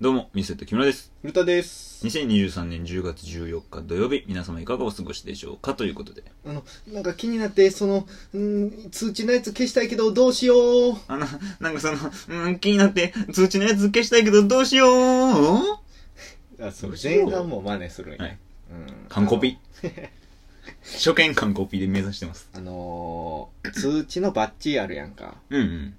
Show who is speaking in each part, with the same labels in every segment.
Speaker 1: どうも、ミステッド木村です。
Speaker 2: 古田です。
Speaker 1: 2023年10月14日土曜日、皆様いかがお過ごしでしょうかということで。
Speaker 2: あの、なんか気になって、その、うん、通知のやつ消したいけど、どうしよう。
Speaker 1: あの、なんかその、うん、気になって、通知のやつ消したいけど、どうしよう
Speaker 2: あ、そ
Speaker 1: ど
Speaker 2: う、
Speaker 1: うしよ
Speaker 2: 前
Speaker 1: う
Speaker 2: 半も真似するんや。
Speaker 1: はい
Speaker 2: うん。
Speaker 1: 完コピ。初見完コピで目指してます。
Speaker 2: あのー、通知のバッジあるやんか。
Speaker 1: うん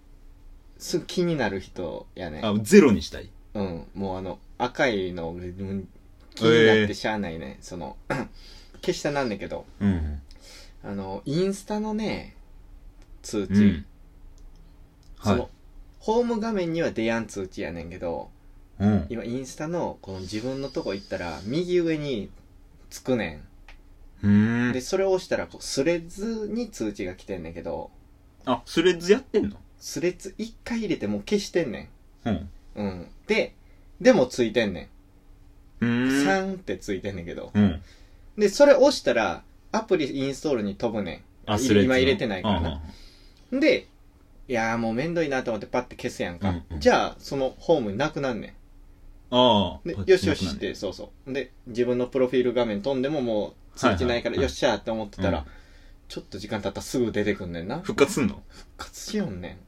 Speaker 2: すぐ気になる人や
Speaker 1: う
Speaker 2: ね
Speaker 1: ん。。あ、ゼロにしたい。
Speaker 2: うん。もうあの、赤いの、うん気になってしゃあないね。その、 消したなんだけど、
Speaker 1: うんうん。
Speaker 2: あの、インスタのね、通知。
Speaker 1: うん。
Speaker 2: そ
Speaker 1: は
Speaker 2: の、ホーム画面には出やん通知やねんけど、
Speaker 1: い。うん。
Speaker 2: 今インスタのこの自分のとこ行ったら右上につくね
Speaker 1: うんー
Speaker 2: で
Speaker 1: ん。
Speaker 2: それを押したらこうスレッズに通知が来てんねんけど
Speaker 1: あ、スレッズやってんの
Speaker 2: スレッズ一回入れてもう消してんね
Speaker 1: うん。
Speaker 2: んうんででもついてんね
Speaker 1: うんーん。
Speaker 2: 3ってついてんねんけど
Speaker 1: うん。
Speaker 2: でそれ押したらアプリインストールに飛ぶね
Speaker 1: あ、
Speaker 2: い
Speaker 1: スレッズの。
Speaker 2: 今入れてないからな
Speaker 1: うん
Speaker 2: んでいやーもうめんどいなと思ってパッて消すやんか、
Speaker 1: うんうん
Speaker 2: じゃあそのホームなくなんねん
Speaker 1: ああ。
Speaker 2: で
Speaker 1: こっ、ち
Speaker 2: よしよし
Speaker 1: なくな
Speaker 2: っ
Speaker 1: る
Speaker 2: て、そうそう。で、自分のプロフィール画面飛んでももう通知ないから、
Speaker 1: はいはいはい
Speaker 2: よっしゃーって思ってたら、
Speaker 1: うん
Speaker 2: ちょっと時間経ったらすぐ出てくんねんな。復
Speaker 1: 復活すんの
Speaker 2: 活しよんね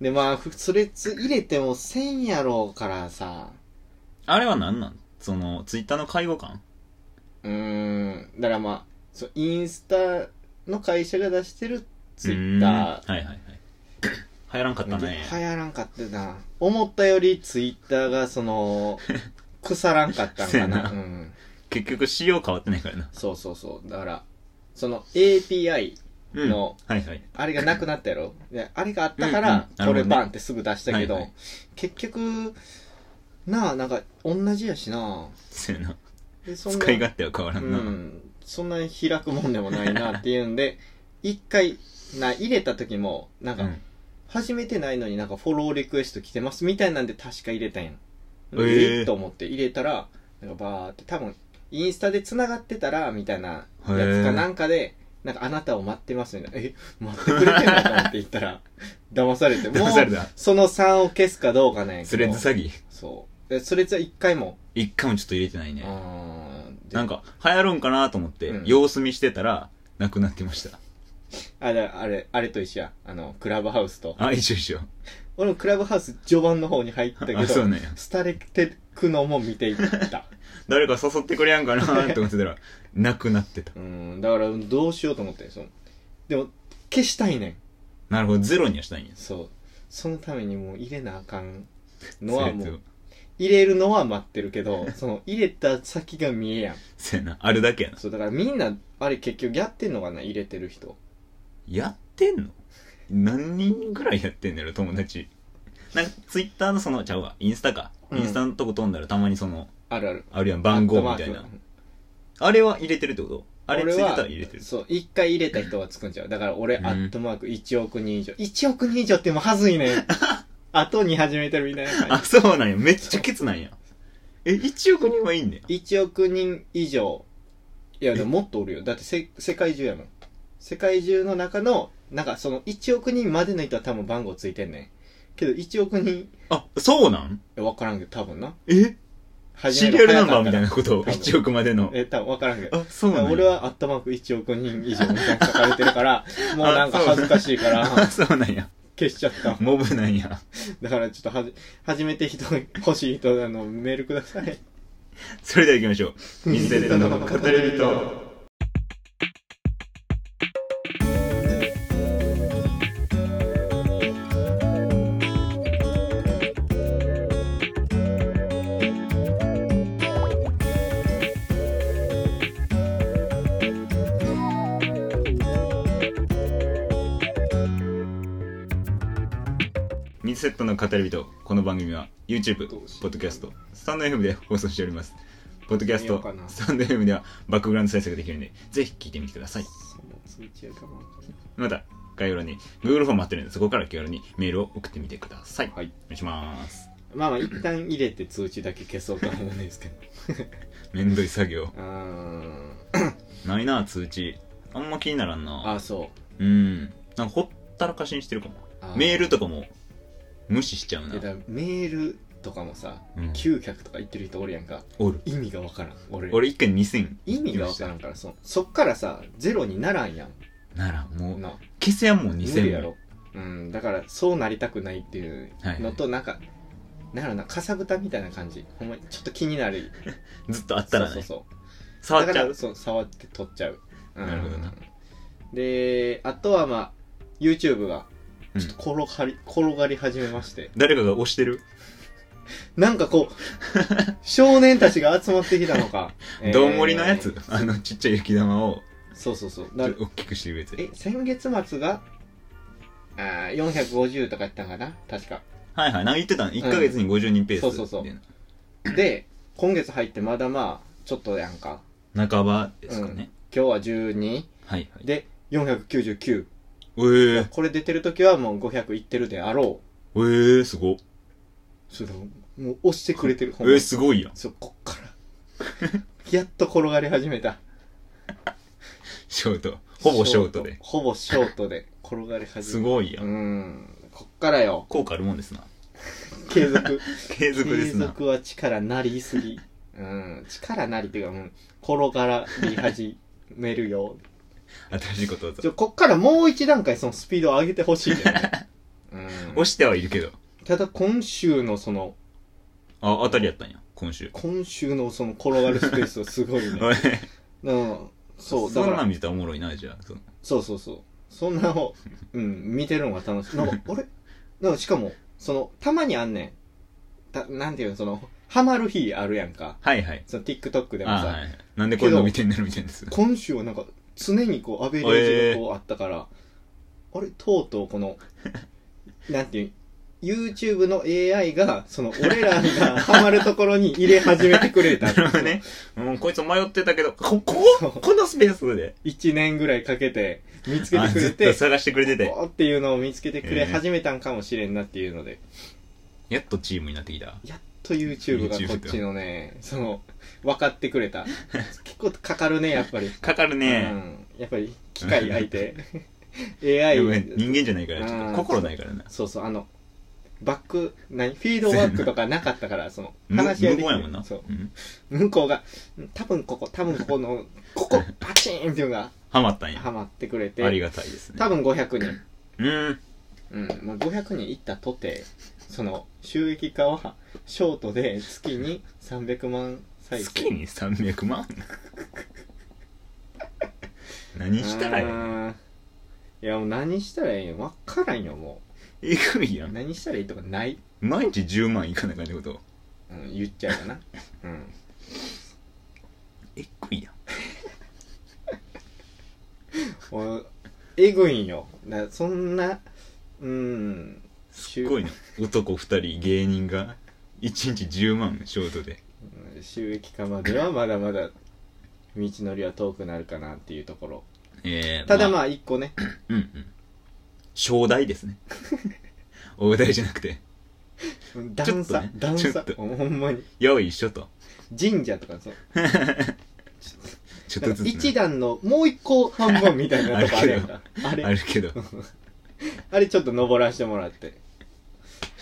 Speaker 2: ん。で、まあ、ふスレッズ入れてもせんやろうからさ、
Speaker 1: あれは何なんその、ツイッターの介護官
Speaker 2: うーん、だからまあ、そうインスタの会社が出してるツイッタ
Speaker 1: うんはいはい はい流行らんかっ
Speaker 2: ー、
Speaker 1: た
Speaker 2: 流
Speaker 1: ね
Speaker 2: 行らんかったな。思ったよりツイッターが その、腐らんかったんかな。
Speaker 1: せやな
Speaker 2: うん。
Speaker 1: 結局仕様変わってないからな
Speaker 2: そうそうそう。だから、その API、
Speaker 1: うん
Speaker 2: の
Speaker 1: はいはい
Speaker 2: あれがなくなったやろ。であれがあったから、
Speaker 1: うんうん
Speaker 2: こ
Speaker 1: なる
Speaker 2: れ
Speaker 1: ほどね
Speaker 2: バンってすぐ出したけど、
Speaker 1: はいはい
Speaker 2: 結局、なあ、なんか、同じやしな
Speaker 1: そうやな
Speaker 2: でそんな
Speaker 1: 使い勝手は変わら
Speaker 2: うん
Speaker 1: な、
Speaker 2: ん、そんな開くもんでもないなっていうんで、一回、な、入れた時も、なん
Speaker 1: う
Speaker 2: か、
Speaker 1: ん
Speaker 2: 始めてないのになんかフォローリクエスト来てますみたいなんで確か入れたんやん。
Speaker 1: え
Speaker 2: え
Speaker 1: ー
Speaker 2: えと思って入れたら、なんかバーって多分、インスタで繋がってたら、みたいなやつかなんかで、なんかあなたを待ってますみたいな。え、待ってくれてんのと思って言ったら、 騙されて、も
Speaker 1: 騙され
Speaker 2: う、
Speaker 1: た
Speaker 2: その3を消すかどうかなんやけど。
Speaker 1: スレッズ詐欺
Speaker 2: そう。でスレッズは1回も。
Speaker 1: 一回もちょっと入れてないうね
Speaker 2: ーん。で
Speaker 1: なんか流行るんかなと思って、
Speaker 2: うん
Speaker 1: 様子見してたらなくなってました
Speaker 2: あれ、あれ、あれと一緒や。あの、クラブハウスと。
Speaker 1: あ一緒一緒
Speaker 2: 俺もクラブハウス序盤の方に入ったけど、
Speaker 1: あそうなんや
Speaker 2: 廃れてくのも見ていった。
Speaker 1: 誰か誘ってくれやんかなと思ってたらなくなってた
Speaker 2: うん、だからどうしようと思って、その、でも、消したいねん。
Speaker 1: なるほどゼロにはしたいんや
Speaker 2: そう。そのためにもう入れなあかんのはも
Speaker 1: スレッズ
Speaker 2: う、入れるのは待ってるけど、その、入れた先が見えやん。
Speaker 1: そうやなあるだけやな
Speaker 2: そう、だからみんな、あれ結局やってんのかな、入れてる人。
Speaker 1: やってんの何人ぐらいやってんだろ友達なんかツイッターのそのちゃうわインスタか、
Speaker 2: うん
Speaker 1: インスタのとこ飛んだらたまにその
Speaker 2: あるある。
Speaker 1: あるやん番号みたい
Speaker 2: アッ
Speaker 1: な
Speaker 2: トマーク
Speaker 1: あれは入れてるってことあれついて
Speaker 2: 俺
Speaker 1: た
Speaker 2: は
Speaker 1: ら入れてる
Speaker 2: そう、一回入れた人はつくんちゃう。だから俺、
Speaker 1: うん
Speaker 2: アットマーク1億人以上。1億人以上ってもはずい ねん。後に始めてるみたいな
Speaker 1: あ
Speaker 2: 感
Speaker 1: そうなんやめっちゃケツなんやえ1億人はいいんねん
Speaker 2: じ。1億人以上。いや、でももっとおるよ。だってせ、世界中やもん。世界中の中の、なんかその1億人までの人は多分番号ついてんねん。けど1億人、い
Speaker 1: あそうなん
Speaker 2: やわからんけど多分な。
Speaker 1: えシ
Speaker 2: 始
Speaker 1: リ
Speaker 2: め
Speaker 1: ア
Speaker 2: る
Speaker 1: ルナ
Speaker 2: 早
Speaker 1: ンバ
Speaker 2: か
Speaker 1: ー
Speaker 2: った
Speaker 1: みたい
Speaker 2: ら
Speaker 1: なこと
Speaker 2: 多分
Speaker 1: 1億までの
Speaker 2: え、多分わからんけど。
Speaker 1: あそうなんや
Speaker 2: 俺はアットマーク1億人以上みたいな書かれて るから、もうなんか恥ずかしいから、
Speaker 1: あ そうなんや
Speaker 2: 消しちゃった。
Speaker 1: モブなんや
Speaker 2: だからちょっとはじ、初めて人、欲しい人、あの、メールください。
Speaker 1: それでは行きましょうミステリーの語れるとミセットの語り人この番組は YouTube、ポッドキャスト、スタンド FM で放送しておりますポッドキャス
Speaker 2: 見よ
Speaker 1: ト
Speaker 2: うか、な
Speaker 1: スタンド FM ではバックグラウンド再生ができるのでぜひ聞いてみてください
Speaker 2: その通知やかも。
Speaker 1: また概要欄に Google フォーム貼ってるのでそこから気軽にメールを送ってみてください、
Speaker 2: はい
Speaker 1: お願いします
Speaker 2: まあまあ、一旦入れて通知だけ消そうとは思うんですけど。
Speaker 1: めんどい作業
Speaker 2: うーん。
Speaker 1: ないな通知あんま気にならんな
Speaker 2: あ、そ
Speaker 1: うんなんかほったらかしにしてるかも
Speaker 2: う。
Speaker 1: メー
Speaker 2: ル
Speaker 1: ルとかも無視しちゃうな
Speaker 2: メールとかもさ、
Speaker 1: うん
Speaker 2: 900とか言ってる人おるやんか
Speaker 1: おる
Speaker 2: 意味がわからん俺
Speaker 1: 俺一回2000
Speaker 2: 意味がわからんからそそっからさゼロにならんやん
Speaker 1: ならもう
Speaker 2: な
Speaker 1: 消せやもう
Speaker 2: 無
Speaker 1: 2000
Speaker 2: 理やろうんだからそうなりたくないっていうのと、なんかなんやろなかさぶたみたいな感じほんまにちょっと気になる
Speaker 1: ずっとあったらね
Speaker 2: そうそうそ
Speaker 1: 触
Speaker 2: う
Speaker 1: っ
Speaker 2: だ
Speaker 1: ち
Speaker 2: か
Speaker 1: ゃ
Speaker 2: ら
Speaker 1: う
Speaker 2: そう触って取っちゃう、うん
Speaker 1: なるほどな
Speaker 2: であとはまあ YouTube が
Speaker 1: うん
Speaker 2: ちょっと転がり、転がり始めまして
Speaker 1: 誰かが押してる、
Speaker 2: なんかこう少年たちが集まってきた のか
Speaker 1: どんもりのやつ
Speaker 2: えー
Speaker 1: あのちっちゃい雪玉を
Speaker 2: そうそうそうだ
Speaker 1: 大きくしてるやつ
Speaker 2: え先月末があー450とかやったんかな確か
Speaker 1: はいはいなんか言ってたの1ヶ月に50人ペース、
Speaker 2: そうそうそう
Speaker 1: みたい
Speaker 2: で今月入ってまだまあちょっとやんか
Speaker 1: な半ばですかね、
Speaker 2: 今日は12
Speaker 1: はいはい
Speaker 2: で499、
Speaker 1: えー、
Speaker 2: これ出てる時はもう500いってるであろう
Speaker 1: えー、すごっ
Speaker 2: それでももう押してくれてる
Speaker 1: え
Speaker 2: ほんま
Speaker 1: ー、すごいやん
Speaker 2: そうこっから やっと転がり始めた
Speaker 1: ショートほぼショートで
Speaker 2: ほぼショートで転がり始めた
Speaker 1: すごいや
Speaker 2: うんんこっからよ
Speaker 1: 効果あるもんですな
Speaker 2: 継続
Speaker 1: 継続ですな
Speaker 2: は力なりすぎうん力なりっていうかもう転がり始める よ
Speaker 1: 新しいことを
Speaker 2: ちょこっからもう一段階そのスピードを上げてほしいよね、う
Speaker 1: 押
Speaker 2: ん、
Speaker 1: してはいるけど
Speaker 2: ただ今週のその
Speaker 1: あ当たりやったんや今週
Speaker 2: 今週のその転がるスペー スはすごいねうんそうだ
Speaker 1: そ
Speaker 2: か
Speaker 1: んな
Speaker 2: ら
Speaker 1: ん見たらおもろいなじゃあその
Speaker 2: そうそうそうそんなを、うん、見てるのが楽しいなんかあれなんかしかもそのたまにあんねんたなんていうのそのハマる日あるやんか
Speaker 1: はいはい
Speaker 2: その TikTok でも
Speaker 1: あ
Speaker 2: さ、
Speaker 1: はいなんでこんな見てんねるみたいです
Speaker 2: 今週はなんか常にこうアベレージがこうあったから、あれとうとうこのなんていう YouTube の AI がその俺らがハマるところに入れ始めてくれた
Speaker 1: なるほどねもうこいつ迷ってたけどここ
Speaker 2: そう
Speaker 1: このスペースで
Speaker 2: 1年ぐらいかけて見つけ
Speaker 1: あ
Speaker 2: てく
Speaker 1: ずっ
Speaker 2: れ
Speaker 1: と
Speaker 2: て
Speaker 1: 探してくれてて
Speaker 2: おーっていうのを見つけてく
Speaker 1: へ
Speaker 2: れ
Speaker 1: ー
Speaker 2: 始めたんかもしれんなっていうので、
Speaker 1: やっとチームになってきた
Speaker 2: やっと YouTube がこっちのねその分かってくれた結構かかるねやっぱり、
Speaker 1: かかる
Speaker 2: う
Speaker 1: ね
Speaker 2: ん、やっぱり機械相 手
Speaker 1: で
Speaker 2: AI
Speaker 1: もね人間じゃないからちょっ
Speaker 2: うん
Speaker 1: と心ないからな
Speaker 2: そうそう、あの、バック、何フィードバックとかなかったから、その、
Speaker 1: む
Speaker 2: 話し合
Speaker 1: 無
Speaker 2: いでき
Speaker 1: 言
Speaker 2: る
Speaker 1: やもんな
Speaker 2: そう。
Speaker 1: うん
Speaker 2: 向こうが、多分ここ、多分ここの、ここ、パチーンっていうのが、
Speaker 1: ハマったんや
Speaker 2: ハマってくれて、
Speaker 1: ありがたいですね
Speaker 2: 多分500人。
Speaker 1: うん
Speaker 2: うん、まあ、500人いったとて、その、収益化は、ショートで月に300万再生。
Speaker 1: 月に300万 何したら
Speaker 2: う
Speaker 1: や
Speaker 2: ーんいや、もう何したらいいんわからんよ、も
Speaker 1: えぐいうや。ん
Speaker 2: 何したらいいとかない。
Speaker 1: 毎日10万いかなあかんってこと
Speaker 2: うん、言っちゃうかな。うん。
Speaker 1: えぐいやん
Speaker 2: おえぐいんよなそんなうん
Speaker 1: すっごいな男2人芸人が1日10万ショートで
Speaker 2: うん収益化まではまだまだ道のりは遠くなるかなっていうところ
Speaker 1: えー、
Speaker 2: ただ
Speaker 1: あ
Speaker 2: まあ一個ね
Speaker 1: うんうん正代です ね大台じゃなくて
Speaker 2: 段差、
Speaker 1: ね
Speaker 2: 段
Speaker 1: ちょ
Speaker 2: 差
Speaker 1: っと
Speaker 2: ほんまに
Speaker 1: よいしょと
Speaker 2: 神社とかそう
Speaker 1: ちょっ
Speaker 2: な
Speaker 1: とず
Speaker 2: んか
Speaker 1: つ
Speaker 2: 一
Speaker 1: な
Speaker 2: 段のもう一個半分みたいなとこあれやんかあれあ
Speaker 1: あ
Speaker 2: れ
Speaker 1: るけど
Speaker 2: ちょっと登らせてもらって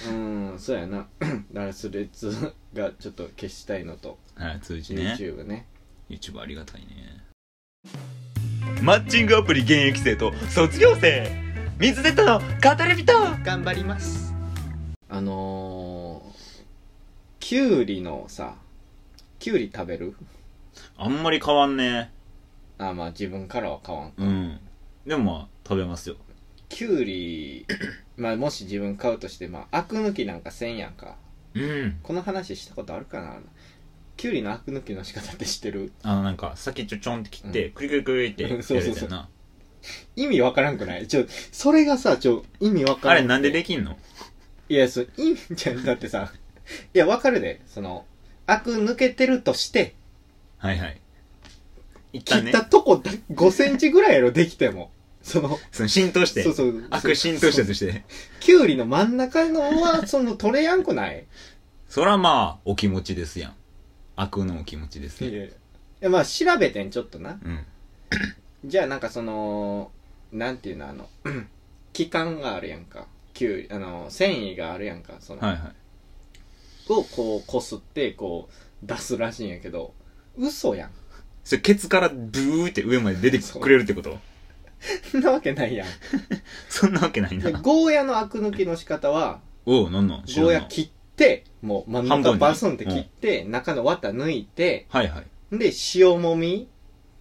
Speaker 2: うんそうやな だからスレッズがちょっと消したいのと
Speaker 1: あ通知ね
Speaker 2: YouTube ね
Speaker 1: YouTube ありがたいねマッチングアプリ現役生と卒業生水瀬との語り人
Speaker 2: 頑張りますあのー、きゅうりのさきゅうり食べる
Speaker 1: あんまり変わんね
Speaker 2: あまあ自分からは買わん
Speaker 1: うんでもまあ食べますよ
Speaker 2: きゅう りまあもし自分買うとしてまあアク抜きなんかせんやんか
Speaker 1: うん
Speaker 2: この話したことあるかなきゅうりのアク抜きの仕方って知ってる
Speaker 1: あのなんか先ちょちょんって切って、クリクリクリってやるやつやな
Speaker 2: そうそう意味わからんくないちょそれがさちょ意味わか
Speaker 1: あ
Speaker 2: らん
Speaker 1: れなんでできんの
Speaker 2: いやそう意味じゃんだってさいやわかるでそのアク抜けてるとして
Speaker 1: はいはい一旦
Speaker 2: 切
Speaker 1: ね
Speaker 2: ったとこだ5センチぐらいやろできてもその
Speaker 1: その浸透して
Speaker 2: そうそう。
Speaker 1: 悪浸透した
Speaker 2: そう
Speaker 1: として
Speaker 2: きゅうりの真ん中のは、その、取れやんくない
Speaker 1: そらまあお気持ちですやん悪のお気持ちです
Speaker 2: い
Speaker 1: ね
Speaker 2: やいや、まあ、調べてん、ちょっとな。
Speaker 1: うん
Speaker 2: じゃあ、なんかその、なんていうの、あの、 期間があるやんか。きゅうり、あの、繊維があるやんか。その、
Speaker 1: はいはい
Speaker 2: をこうこすってこう出すらしいんやけど嘘やん
Speaker 1: それケツからブーって上まで出てくれるってこと
Speaker 2: そんなわけない やん
Speaker 1: そんなわけない
Speaker 2: で
Speaker 1: な
Speaker 2: ゴーヤのアク抜きの仕方は
Speaker 1: おうなんなん知らん
Speaker 2: ゴー
Speaker 1: な
Speaker 2: ヤ切ってもう真ん
Speaker 1: 半分
Speaker 2: 中
Speaker 1: に
Speaker 2: バスンって切って、中の綿抜いて
Speaker 1: はいはい
Speaker 2: で塩もみ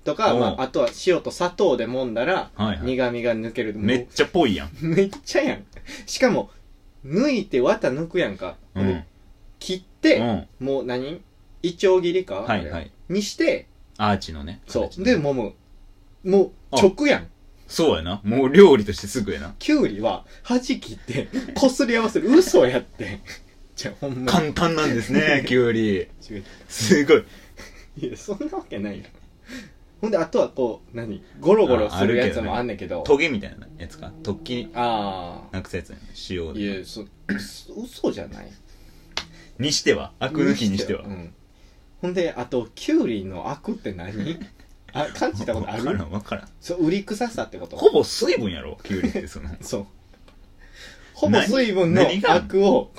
Speaker 2: とか、
Speaker 1: おう
Speaker 2: まあ、あとは塩と砂糖で揉んだら、
Speaker 1: はいはい
Speaker 2: 苦味が抜ける
Speaker 1: めっちゃぽいやん
Speaker 2: もうめっちゃやん しかも抜いて綿抜くやんか、
Speaker 1: うんうん
Speaker 2: 切って、もう何いちょう切りか、
Speaker 1: はいはい
Speaker 2: にして
Speaker 1: アーチのね
Speaker 2: そう
Speaker 1: 形
Speaker 2: で
Speaker 1: ね
Speaker 2: 揉むもう直やん
Speaker 1: そうやなもう料理としてすぐやな
Speaker 2: きゅうりは端切ってこすり合わせる嘘やって じゃあほんま
Speaker 1: 簡単なんです ねきゅうり
Speaker 2: 違う
Speaker 1: すごい
Speaker 2: いやそんなわけないやんほんであとはこう何ゴロゴロするやつもあんねんけど
Speaker 1: トゲみたいなやつか突起
Speaker 2: あ
Speaker 1: なくすやつやね塩
Speaker 2: あ
Speaker 1: で
Speaker 2: いやそ嘘嘘じゃない
Speaker 1: にしてはアク抜きにしては
Speaker 2: うん、ほんであときゅうりのアクって 何あ感じたことあ
Speaker 1: わから
Speaker 2: る
Speaker 1: んわからん
Speaker 2: そう売り臭さってこと
Speaker 1: ほぼ水分やろきゅうりってそ の
Speaker 2: そう。ほぼ水分の
Speaker 1: 何何が
Speaker 2: アクを、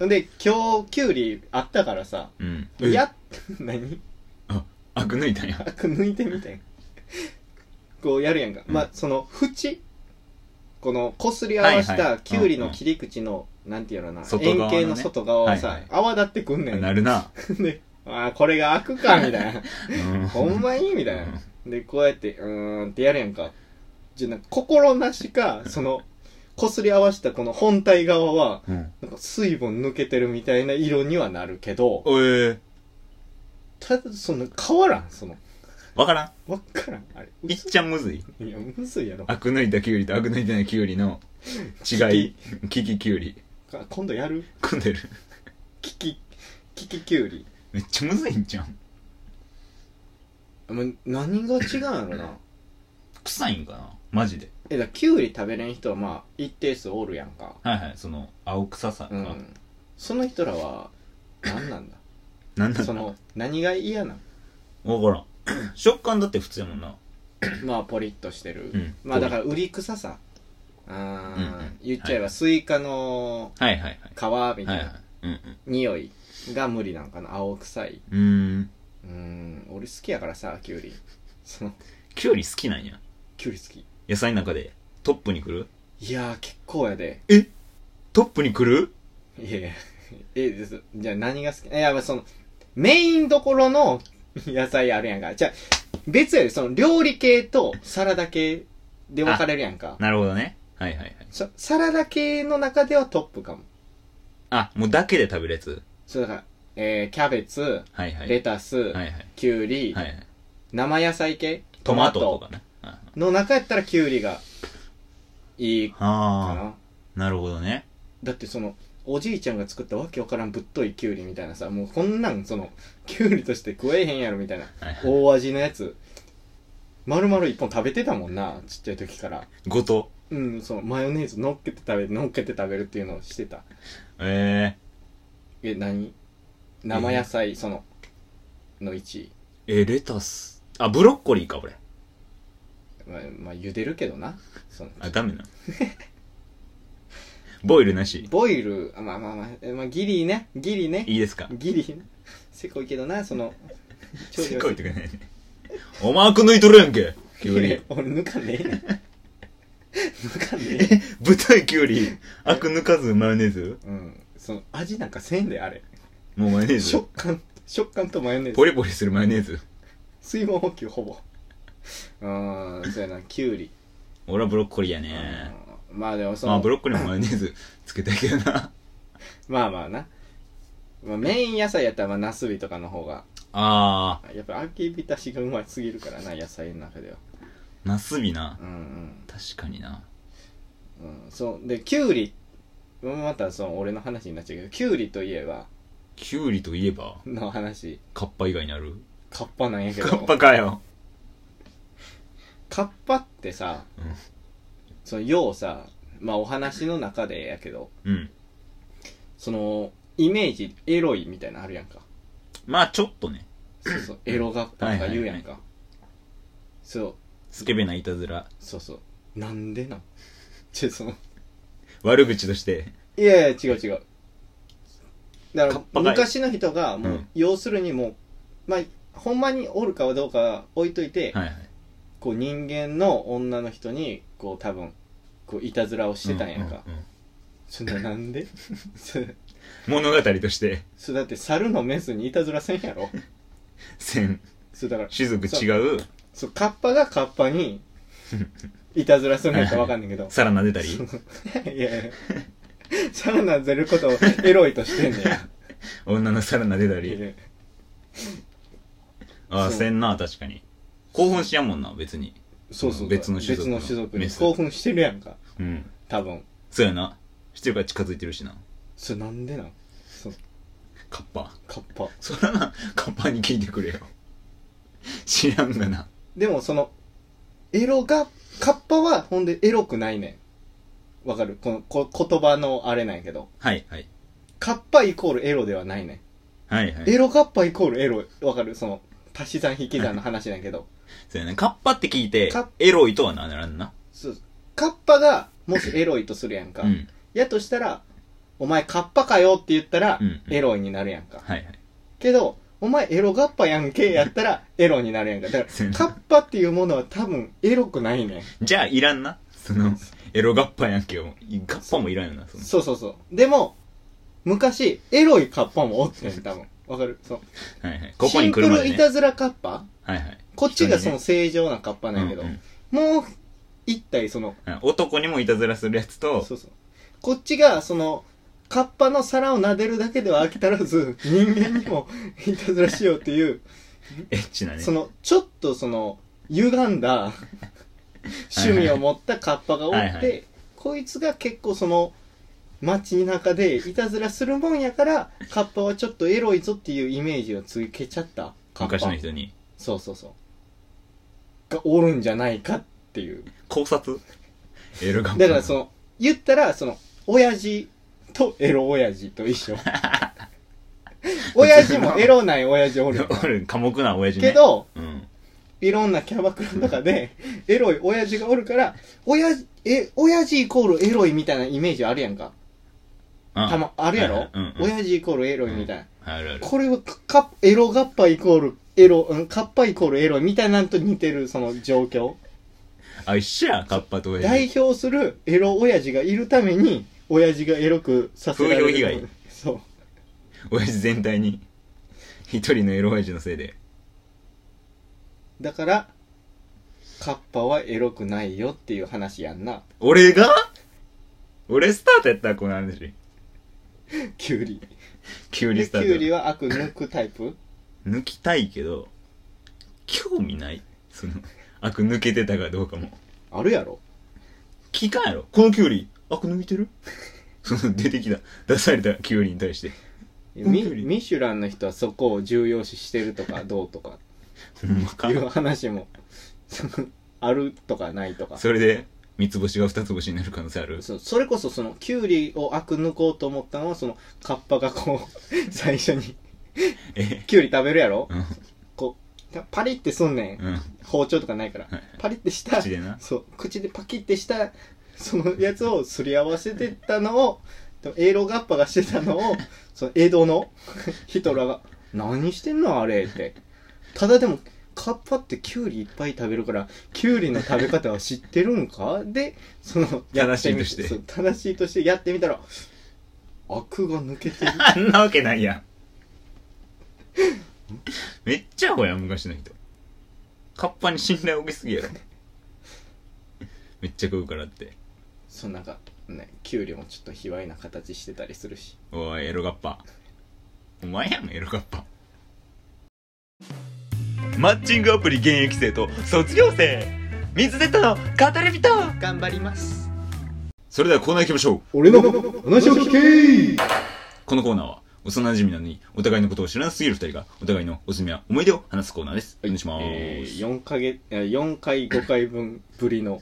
Speaker 2: で、今日、キュウリあったからさ、
Speaker 1: うん
Speaker 2: やっ、 何
Speaker 1: アク抜いたんや
Speaker 2: アク抜いてみたいな。こうやるやんか。
Speaker 1: うん
Speaker 2: まあ、その、縁この、こすり合わし
Speaker 1: はいは
Speaker 2: た
Speaker 1: い
Speaker 2: キュウリの切り口の、なんていうのな、
Speaker 1: 外側の
Speaker 2: 円
Speaker 1: ね
Speaker 2: 形の外側を
Speaker 1: はい
Speaker 2: さ
Speaker 1: はい、
Speaker 2: 泡立ってくんねん。
Speaker 1: なるな
Speaker 2: で、ああ、これがアクか、みたいな。
Speaker 1: うん
Speaker 2: ほんまにみたいな。で、こうやって、うーんってやるやんか。じゃ、なんか心なしか、その、擦り合わせたこの本体側は、
Speaker 1: うん
Speaker 2: なんか水分抜けてるみたいな色にはなるけど、
Speaker 1: おえ
Speaker 2: ただ、その、変わらん、その、
Speaker 1: わからん
Speaker 2: わっからん、あれ。
Speaker 1: いっちゃんむずい
Speaker 2: いや、むずいやろ。
Speaker 1: アク抜いたきゅうりとアク抜いてないきゅうりの違いキキきゅうり
Speaker 2: か今度やる
Speaker 1: 組んでる
Speaker 2: キキ、キキキュウリ。
Speaker 1: めっちゃむずいんじゃん
Speaker 2: もう何が違うんやろな。
Speaker 1: 臭いんかなマジで
Speaker 2: え、だからキュウリ食べれん人は、まあ、一定数おるやんか。
Speaker 1: はいはいその青臭さ
Speaker 2: う
Speaker 1: が
Speaker 2: ん。その人らは、何なんだ
Speaker 1: なんだ
Speaker 2: その、何が嫌なん
Speaker 1: わからん食感だって普通やもんな
Speaker 2: まあポリッとしてる、
Speaker 1: うん
Speaker 2: まあだから売り臭さあー、
Speaker 1: うんうん
Speaker 2: 言っちゃえばスイカの
Speaker 1: はいはい
Speaker 2: 皮みたい
Speaker 1: はいはいはい
Speaker 2: な
Speaker 1: うん
Speaker 2: 匂いが無理なんかな青臭い
Speaker 1: うんうーん
Speaker 2: うーん俺好きやからさキュウリその
Speaker 1: きゅうり好きなんや
Speaker 2: キュウリ好き
Speaker 1: 野菜の中でトップに来る
Speaker 2: いやー結構やで
Speaker 1: トップに来る
Speaker 2: いやいやえですじゃあ何が好きいやまあそのメインどころの 野菜あるやんかじゃあ別やでその料理系とサラダ系で分かれるやんか
Speaker 1: なるほどねはいはいはい
Speaker 2: そサラダ系の中ではトップかも
Speaker 1: あもうだけで食べるやつ
Speaker 2: そうだから、えー、キャベツ、
Speaker 1: はいはい
Speaker 2: レタス、
Speaker 1: はいはい
Speaker 2: きゅうり、
Speaker 1: はいはい
Speaker 2: 生野菜系、
Speaker 1: トマトとかねあ
Speaker 2: の中やったらきゅうりがいいか
Speaker 1: あー
Speaker 2: な。
Speaker 1: なるほどね
Speaker 2: だってその、おじいちゃんが作ったわけわからんぶっといきゅうりみたいなさ、もうこんなんその、きゅうりとして食えへんやろみたいな、
Speaker 1: はいはい
Speaker 2: 大味のやつ、丸々一本食べてたもんな、ちっちゃい時から。
Speaker 1: ごと
Speaker 2: うん、その、マヨネーズ乗っけて食べる、乗っけて食べるっていうのをしてた。
Speaker 1: え
Speaker 2: え、何生野菜、その、の1位。
Speaker 1: ー、えレタスあブロッコリーかこれ
Speaker 2: まあ、まあ、茹でるけどな。その
Speaker 1: あダメな ボイルなし
Speaker 2: ボイル、あまあまあまあ、えまあ、ギリね、ギリね、
Speaker 1: いいですか
Speaker 2: ギリね。せこいけどな、その、
Speaker 1: せっかいと
Speaker 2: か
Speaker 1: かねお前く抜いとるやんけきゅう り
Speaker 2: 俺抜かねえねん。抜かねえ。
Speaker 1: 舞台きゅうりアク抜かずマヨネーズ
Speaker 2: うん。その、味なんかせんで、あれ。
Speaker 1: もうマヨネーズ
Speaker 2: 食感、食感とマヨネー
Speaker 1: ポ
Speaker 2: ズ。
Speaker 1: リポリするマヨネーズ
Speaker 2: 水分補給ほぼ。うーん、そうやな、キュウリ。
Speaker 1: 俺はブロッコリーや
Speaker 2: う
Speaker 1: ね
Speaker 2: んまあでもその、
Speaker 1: まあブロッコリーもマヨネーズつけたいけどな
Speaker 2: まあまあな。まあ、メイン野菜やったら、まあ、ナスビとかの方が、
Speaker 1: あ
Speaker 2: やっぱ、秋浸しがうますぎるからな、野菜の中では。
Speaker 1: ーなすびな
Speaker 2: うんうん。
Speaker 1: 確かにな
Speaker 2: うん、そうでキュウリまたその俺の話になっちゃうけどキュウリといえば
Speaker 1: きゅうりといえば
Speaker 2: の話
Speaker 1: カッパ以外になる
Speaker 2: カッパなんやけ
Speaker 1: カ
Speaker 2: ど
Speaker 1: ッパかよ
Speaker 2: カッパってさ、
Speaker 1: うん
Speaker 2: そのようさまあお話の中でやけど
Speaker 1: うん
Speaker 2: そのイメージエロいみたいなのあるやんか
Speaker 1: まあちょっとね
Speaker 2: そうそうエロ学科とか言うやんか、そう
Speaker 1: スケベないたずら
Speaker 2: そうそうなんでなんちょその
Speaker 1: 悪口として
Speaker 2: いやいや違う違うだか
Speaker 1: かっ
Speaker 2: ら
Speaker 1: ぱがい
Speaker 2: 昔の人がもう、
Speaker 1: うん
Speaker 2: 要するにもうまあほんまにおるかどうかは置いといて、
Speaker 1: はいはい
Speaker 2: こう人間の女の人にこう多分こういたずらをしてたんやんか、
Speaker 1: うううん
Speaker 2: そんななんで そ
Speaker 1: 物語として
Speaker 2: そだって猿のメスにいたずらせんやろ
Speaker 1: 千
Speaker 2: そうだから
Speaker 1: 種族違う
Speaker 2: そうカッパがカッパ にいたずらするんやったらわかんないけど
Speaker 1: 皿撫でたり
Speaker 2: いやいやサウナ出ることをエロいとしてんねや
Speaker 1: 女の皿撫でた
Speaker 2: いやい
Speaker 1: り
Speaker 2: や
Speaker 1: ああ
Speaker 2: そう
Speaker 1: せんな確かに興奮しやんもんな別に
Speaker 2: そうそうそう
Speaker 1: 別の種族の
Speaker 2: 別の種族に
Speaker 1: メス
Speaker 2: 興奮してるやんか
Speaker 1: うん
Speaker 2: 多分
Speaker 1: そうやなしてるから近づいてるしな
Speaker 2: それなんでなんそう
Speaker 1: カッパ
Speaker 2: カッパ
Speaker 1: そらなカッパに聞いてくれよ 知らんがな
Speaker 2: でもそのエロがカッパはほんでエロくないねんわかるこのこ言葉のあれなんやけど
Speaker 1: はいはい
Speaker 2: カッパイコールエロではないね
Speaker 1: はいは
Speaker 2: んエ
Speaker 1: い
Speaker 2: ロカッパイコールエロわかるその足し算引き算の話なんやけど
Speaker 1: そうやねカッパって聞いて
Speaker 2: カッ
Speaker 1: エロいとはならんな
Speaker 2: そうカッパがもしエロいとするやんか、
Speaker 1: うん
Speaker 2: やとしたらお前カッパかよって言ったら
Speaker 1: うん
Speaker 2: エロいになるやんか、
Speaker 1: はいはい
Speaker 2: けど、お前エロガッパやんけやっ たらエロになるやんか。だか
Speaker 1: そうや
Speaker 2: ら、
Speaker 1: な
Speaker 2: カッパっていうものは多分エロくないねん。
Speaker 1: じゃあいらんなそのエロガッパやんけよガッパもいらんよなその
Speaker 2: そうそうそう。でも、昔、エロいカッパもおってん、多分。わかるそう。
Speaker 1: はいはいここに来るまで
Speaker 2: シンプルい
Speaker 1: ね
Speaker 2: たずらカッパ
Speaker 1: はいはい
Speaker 2: こっちがそ
Speaker 1: 人に
Speaker 2: の正常なカッパなんやけど、
Speaker 1: うん
Speaker 2: もう、一体その、
Speaker 1: うん男にもいたずらするやつと
Speaker 2: そうそう。こっちが、その、カッパの皿を撫でるだけでは飽き足らず、人間に もいたずらしようっていう、
Speaker 1: エッチなね
Speaker 2: そのちょっとその歪んだ趣味を持ったカッパがおって、
Speaker 1: はいはい
Speaker 2: こいつが結構その街中でいたずらするもんやからカッパはちょっとエロいぞっていうイメージをつけちゃったカッパ
Speaker 1: 昔の人に
Speaker 2: そうそうそうがおるんじゃないかっていう
Speaker 1: 考察エロガッパ
Speaker 2: だか らその言ったらその親父とエロ親父と一 緒親父もエロない親父お るやん
Speaker 1: おる寡黙な親父ね
Speaker 2: けど、
Speaker 1: うん
Speaker 2: いろんなキャバクラの中で、エロい親父がおるから、親父、え、親父イコールエロいみたいなイメージあるやんか。
Speaker 1: あ
Speaker 2: たま、あるやろ、
Speaker 1: うんうん
Speaker 2: 親父イコールエロいみたいな。
Speaker 1: あるある
Speaker 2: これはか、かエロ合パイコール、エロ、うん、カッパイコールエロいみたいなんと似てる、その状況。
Speaker 1: あ一緒やカッパと親
Speaker 2: 代
Speaker 1: 父
Speaker 2: 表するエロ親父がいるために、親父がエロくさせられる。
Speaker 1: 風評被害。
Speaker 2: そう。
Speaker 1: 親父全体に一人のエロ親父のせいで
Speaker 2: だから、カッパはエロくないよっていう話やんな。
Speaker 1: 俺が俺スタートやったこの話
Speaker 2: キュウリ。
Speaker 1: キュウリ
Speaker 2: で
Speaker 1: ス
Speaker 2: キ
Speaker 1: タート
Speaker 2: ュウリは悪抜くタイプ
Speaker 1: 抜きたいけど興味ないそのアク抜けてたかどうかも
Speaker 2: あるやろ
Speaker 1: 聞かんやろこのキュウリアク抜いてる その出てきた出されたキュウリに対して
Speaker 2: ミ
Speaker 1: 本当に
Speaker 2: ミシュランの人はそこを重要視してるとかどうとか
Speaker 1: ほんまか
Speaker 2: いう話も そのあるとかないとかそ
Speaker 1: それで三つ星が二つ星になる可能性ある
Speaker 2: それこそそのキュウリを悪抜こうと思ったのはそのカッパがこう最初に
Speaker 1: え
Speaker 2: キュウリ食べるやろ
Speaker 1: うん
Speaker 2: こうパリってすんねん
Speaker 1: うん
Speaker 2: 包丁とかないから
Speaker 1: はい
Speaker 2: パリってした
Speaker 1: 口でな
Speaker 2: そう口でパキってしたそのやつをすり合わせてったのをでもエロガッパがしてたのをその江戸のヒトラーが「何してんのあれ」ってただでもカッパってキュウリいっぱい食べるからキュウリの食べ方は知ってるんかでその
Speaker 1: 正しいとして
Speaker 2: やっみそう正しいとしてやってみたらアクが抜けてる
Speaker 1: あんなわけないやん。めっちゃアホやん、昔の人。カッパに信頼を受けすぎやろ。めっちゃ食うからって。
Speaker 2: そうなんかねキュウリもちょっと卑猥な形してたりするし
Speaker 1: おい、エロガッパ。お前やん、エロガッパ。マッチングアプリ現役生と卒業生水ゼットの語り人
Speaker 2: 頑張ります
Speaker 1: それではコーナー行きましょう
Speaker 2: 俺の話を聞け
Speaker 1: このコーナーは幼馴染なのにお互いのことを知らなすぎる二人がお互いのおすすめや思い出を話すコーナーですお願いします、
Speaker 2: えー、4か月、えー4回、5回分ぶりの、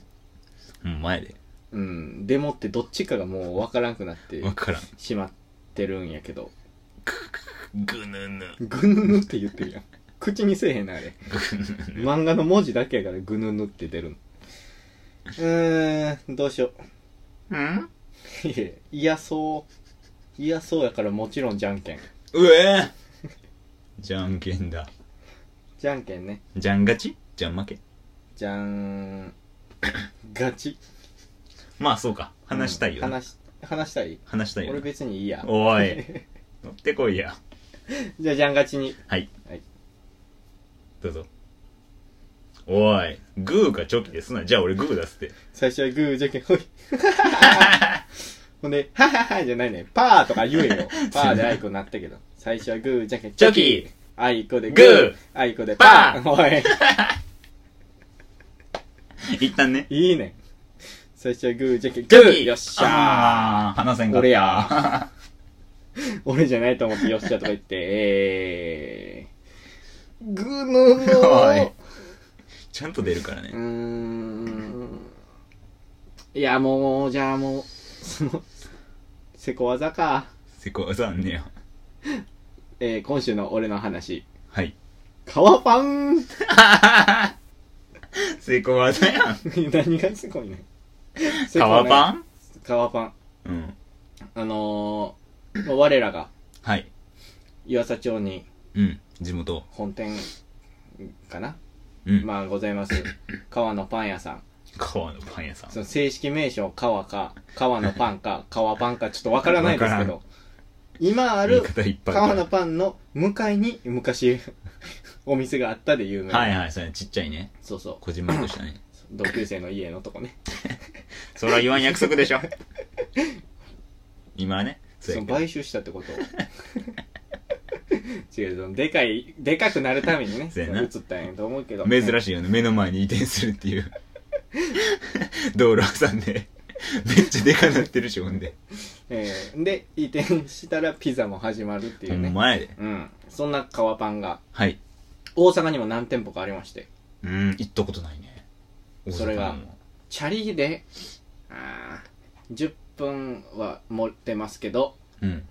Speaker 1: うん前で
Speaker 2: うん、デモってどっちかがもうわからんくなって
Speaker 1: 分からん
Speaker 2: しまってるんやけど、
Speaker 1: ぐぬぬ
Speaker 2: ぐぬぬって言ってるやん。口にせえへんな、あれ。漫画の文字だけやからぐぬぬって出るの。うーん、どうしよ
Speaker 1: うん
Speaker 2: う。いや、いやそう。いやそうやからもちろんじゃんけん
Speaker 1: うえじゃんけんだ
Speaker 2: じゃんけんね
Speaker 1: じゃん勝ちじゃん負け
Speaker 2: じゃーんガチ
Speaker 1: まあそうか話したいよ、
Speaker 2: うん話し話したい
Speaker 1: 話したいよ
Speaker 2: 俺
Speaker 1: な
Speaker 2: 別にいいや
Speaker 1: おい乗ってこいや
Speaker 2: じゃあじゃん勝ちに
Speaker 1: はい、
Speaker 2: はい
Speaker 1: どうぞおいグーかチョキですなじゃあ俺グー出すって
Speaker 2: 最初はグーじゃけんほいほんで「ははは」じゃないねパーとか言え よパーであいこになったけど最初はグーじゃけん
Speaker 1: チョキ
Speaker 2: あいこで
Speaker 1: グー
Speaker 2: あいこで
Speaker 1: パ
Speaker 2: パ
Speaker 1: ー
Speaker 2: ーおい
Speaker 1: 一旦ね
Speaker 2: いいね最初はグーじゃけん
Speaker 1: チ
Speaker 2: グ
Speaker 1: ョキ
Speaker 2: ーよっし
Speaker 1: あ
Speaker 2: ゃ
Speaker 1: ー話せんかった
Speaker 2: 俺やー俺じゃないと思ってよっしゃとか言ってえーグーのの
Speaker 1: おい
Speaker 2: ー
Speaker 1: ちゃんと出るから
Speaker 2: うー
Speaker 1: ね
Speaker 2: んいやもうじゃあもうそのせこ技か
Speaker 1: せこ技あんねや
Speaker 2: えー、今週の俺の話。
Speaker 1: はい
Speaker 2: 革パン
Speaker 1: せこ技やん
Speaker 2: 何がすごいね。
Speaker 1: 革パン
Speaker 2: 革パン。
Speaker 1: うん
Speaker 2: あのー、まあ我らが
Speaker 1: はい
Speaker 2: 岩佐町に
Speaker 1: うん地元
Speaker 2: 本店かな、
Speaker 1: うん、
Speaker 2: まあございます。川のパン屋さん。
Speaker 1: 川のパン屋さん
Speaker 2: その正式名称川か、川のパンか、川パンかちょっとわからないですけ
Speaker 1: わ
Speaker 2: ど、今あ
Speaker 1: 言い
Speaker 2: る
Speaker 1: 方いっぱいあ
Speaker 2: 川
Speaker 1: る
Speaker 2: のパンの向かいに昔お店があったで有名な。
Speaker 1: はいはいそれちっちゃいね
Speaker 2: そうそう。
Speaker 1: こじんまりとしたね
Speaker 2: 同級生の家のとこね。
Speaker 1: それは言わん約束で しょ今はねそ
Speaker 2: そうの
Speaker 1: やけど
Speaker 2: 買収したってこと 違うそのでかいでかくなるためにね
Speaker 1: そうやな
Speaker 2: 映ったんやと思うけど
Speaker 1: 珍しいよね目の前に移転するっていう道路挟んでめっちゃでかなってるしほんで
Speaker 2: えーで移転したらピザも始まるってい
Speaker 1: ほ
Speaker 2: うんね
Speaker 1: まやで
Speaker 2: うんそんな革パンが
Speaker 1: はい
Speaker 2: 大阪にも何店舗かありまして
Speaker 1: うん行ったことないね
Speaker 2: それが
Speaker 1: 大阪も
Speaker 2: チャリであー10分は持ってますけど、
Speaker 1: うん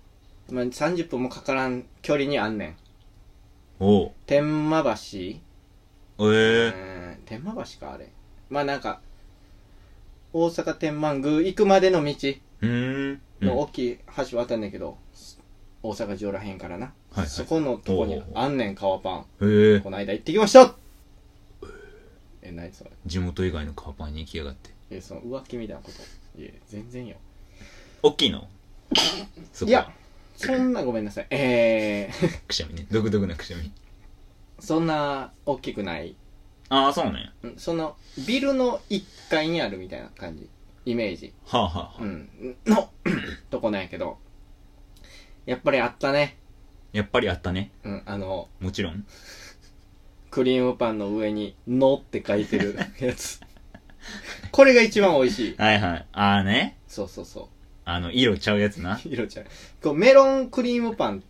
Speaker 2: まあ、30分もかからん距離にあんねん
Speaker 1: おう
Speaker 2: 天満橋
Speaker 1: えー、
Speaker 2: うん天満橋かあれまあなんか大阪天満宮行くまでの
Speaker 1: う
Speaker 2: 道
Speaker 1: ーん
Speaker 2: の
Speaker 1: うん
Speaker 2: 大きい橋渡んねんけど、大阪城らへんからな、
Speaker 1: はい
Speaker 2: そこのとこにあんねん川パ
Speaker 1: えー
Speaker 2: ンこ、ないだ行ってきましたえ何それ
Speaker 1: 地元以外の川パンに行きやがって
Speaker 2: えその浮気みたいなこといえ全然よ
Speaker 1: 大きいのそ
Speaker 2: い
Speaker 1: こ
Speaker 2: やそんなごめんなさいえー、
Speaker 1: くしゃみね独特なくしゃみ
Speaker 2: そんな大きくない
Speaker 1: ああそうなんや
Speaker 2: うんそのビルの1階にあるみたいな感じイメージ
Speaker 1: はあはあはあ
Speaker 2: うんの とこなんやけどやっぱりあったね
Speaker 1: やっぱりあったね
Speaker 2: うんあの
Speaker 1: もちろん
Speaker 2: クリームパンの上に「の」って書いてるやつこれが一番美味しい
Speaker 1: はいはいああね
Speaker 2: そうそうそ
Speaker 1: あの色ちゃうやつなっ
Speaker 2: う色ちゃんこうメロンクリームパン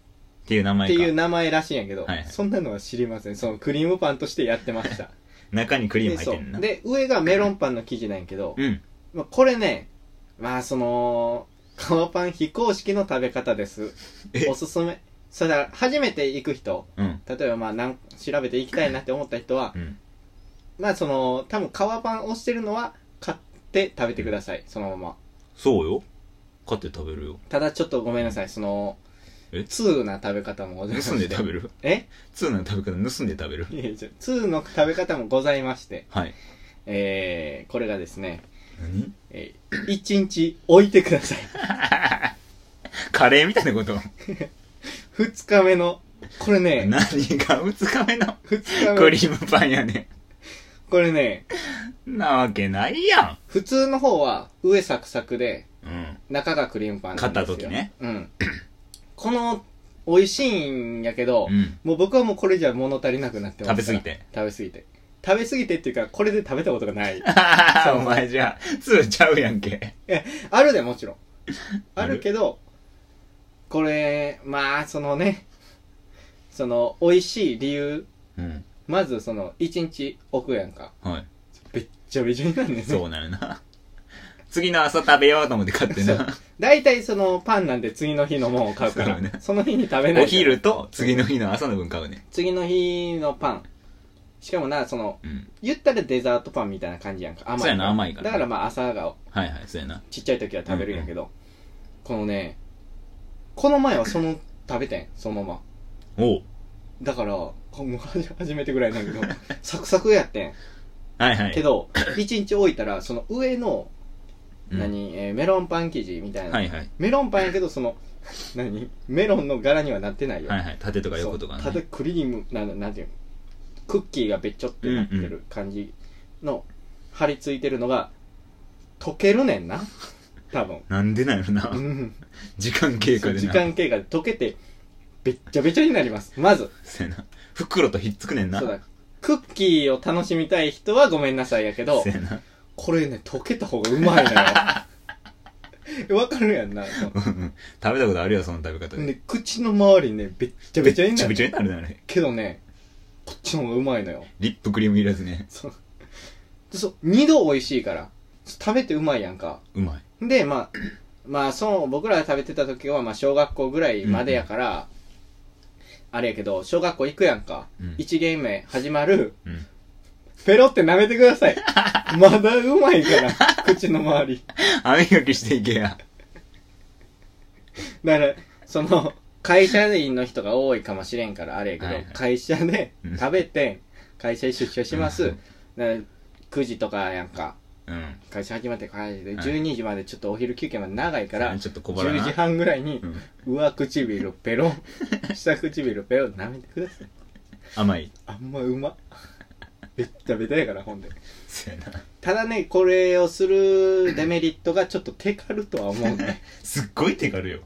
Speaker 1: ていう名
Speaker 2: っ
Speaker 1: 前
Speaker 2: て
Speaker 1: か
Speaker 2: いう名前らしいんやけど、
Speaker 1: はいはい
Speaker 2: そんなのは知りませんそのクリームパンとしてやってました
Speaker 1: 中にクリーム入ってん
Speaker 2: でそ
Speaker 1: な
Speaker 2: うで上がメロンパンの生地なんやけど、
Speaker 1: うん
Speaker 2: まあ、これねまあその皮パン非公式の食べ方です
Speaker 1: え
Speaker 2: おすすめそれだから初めて行く人
Speaker 1: うん
Speaker 2: 例えばまあなん調べて行きたいなって思った人は
Speaker 1: うん
Speaker 2: まあその多分皮パンをしてるのは買って食べてくださいそのまま
Speaker 1: そうよ買って食べ るよ
Speaker 2: ただちょっとごめんなさいその
Speaker 1: え
Speaker 2: 通な食べ方もございま
Speaker 1: 盗んで
Speaker 2: して
Speaker 1: 食べる
Speaker 2: え
Speaker 1: 通な食べ方盗んで食べる
Speaker 2: いやいや通の食べ方もございまして
Speaker 1: はい
Speaker 2: えー、これがですね、
Speaker 1: 何
Speaker 2: えー、1日置いてく ださい
Speaker 1: カレーみたいなこと
Speaker 2: 2日目のこれ
Speaker 1: 何
Speaker 2: ね
Speaker 1: が2日目の
Speaker 2: 2日
Speaker 1: ク
Speaker 2: 目
Speaker 1: リームパンやね
Speaker 2: これね
Speaker 1: んなわけないや
Speaker 2: 普通の方は上サクサクで
Speaker 1: んうん
Speaker 2: 中がクリームパンなんですよ
Speaker 1: 買った時ね
Speaker 2: うんこの美味しいんやけど、
Speaker 1: うん
Speaker 2: もう僕はもうこれじゃ物足りなくなってますから
Speaker 1: 食べ過ぎて
Speaker 2: 食べ過ぎて食べ過ぎてっていうかこれで食べたことがない
Speaker 1: お前じゃあ通ちゃうやんけ
Speaker 2: えあるでもちろんあ
Speaker 1: ある
Speaker 2: るけどこれまあそのねその美味しい理由
Speaker 1: うん
Speaker 2: まずその1日置くやんか
Speaker 1: はい
Speaker 2: べっちゃべちゃになんねん
Speaker 1: そうなるな次の朝食べようと思って買って
Speaker 2: そう
Speaker 1: な
Speaker 2: 大体そのパンなんで次の日のもんを買うから
Speaker 1: そうね
Speaker 2: その日に食べない
Speaker 1: お昼と次の日の朝の分買うね
Speaker 2: 次の日のパンしかもなその
Speaker 1: うん
Speaker 2: 言ったらデザートパンみたいな感じやんか甘い
Speaker 1: そうやな甘いから
Speaker 2: だからまあ朝が
Speaker 1: はいはいそうやな
Speaker 2: ちっちゃい時は食べるんやけど、このねこの前はその食べてんそのまま
Speaker 1: おう
Speaker 2: だからこもう初初めてぐらいなんだ けどサクサクやってん
Speaker 1: はいはい。
Speaker 2: けど一日置いたらその上の
Speaker 1: うん
Speaker 2: 何、えーメロンパン生地みたいな、
Speaker 1: はいはい。
Speaker 2: メロンパンやけどその 何メロンの柄にはなってないよ、
Speaker 1: はいはい。縦とか横とか
Speaker 2: そうただ
Speaker 1: ね。
Speaker 2: クリームななんていうのクッキーがべっちょってなって
Speaker 1: うんう
Speaker 2: る感じの張り付いてるのが溶けるねんな多分
Speaker 1: なんでなんやろな
Speaker 2: う。ん
Speaker 1: 時間経過でな。
Speaker 2: 時間経過で溶けてべっちゃべちゃになりますまず
Speaker 1: そうやな。袋とひっつくねんな。
Speaker 2: そうだクッキーを楽しみたい人はごめんなさいやけど
Speaker 1: そうやな。
Speaker 2: これね溶けた方がうまいのよ わかるやんなその
Speaker 1: うんうん食べたことあるよ、その食べ方で。
Speaker 2: で口の周りねべっちゃべちゃに
Speaker 1: べち
Speaker 2: な
Speaker 1: ゃべち
Speaker 2: る
Speaker 1: ゃになるね、あれ。
Speaker 2: けどねこっちの方がうまいのよ
Speaker 1: リップクリームいらずね。
Speaker 2: そう。でそう、二度美味しいから。食べてうまいやんか。
Speaker 1: うまい。
Speaker 2: で、まあ、まあ、そう、僕らが食べてた時は、まあ、小学校ぐらいまでやから、あれやけど、小学校行くやんか。
Speaker 1: うん
Speaker 2: 一ゲーム目始まる。
Speaker 1: うん。
Speaker 2: ペロって舐めてください。 まだうまいから、口の周り。
Speaker 1: 歯磨きしていけや。
Speaker 2: だから、その、会社員の人が多いかもしれんから、あれやけど、
Speaker 1: はいはい
Speaker 2: 会社で
Speaker 1: うん
Speaker 2: 食べて、会社に出社しま
Speaker 1: う
Speaker 2: す
Speaker 1: ん。
Speaker 2: だから9時とかやんか。
Speaker 1: うん。
Speaker 2: 会社始まって会社で
Speaker 1: はい
Speaker 2: 12時までちょっとお昼休憩まで長いから、
Speaker 1: ちょっと小腹
Speaker 2: 10
Speaker 1: な。
Speaker 2: 時半ぐらいに
Speaker 1: う、ん。
Speaker 2: 上唇ペロン、下唇ペロン舐めてください。
Speaker 1: 甘い。
Speaker 2: あんまうま。べったべたやから、ほんで。
Speaker 1: そうやな。
Speaker 2: ただね、これをするデメリットがちょっと手軽とは思うね。
Speaker 1: すっごい手軽よ。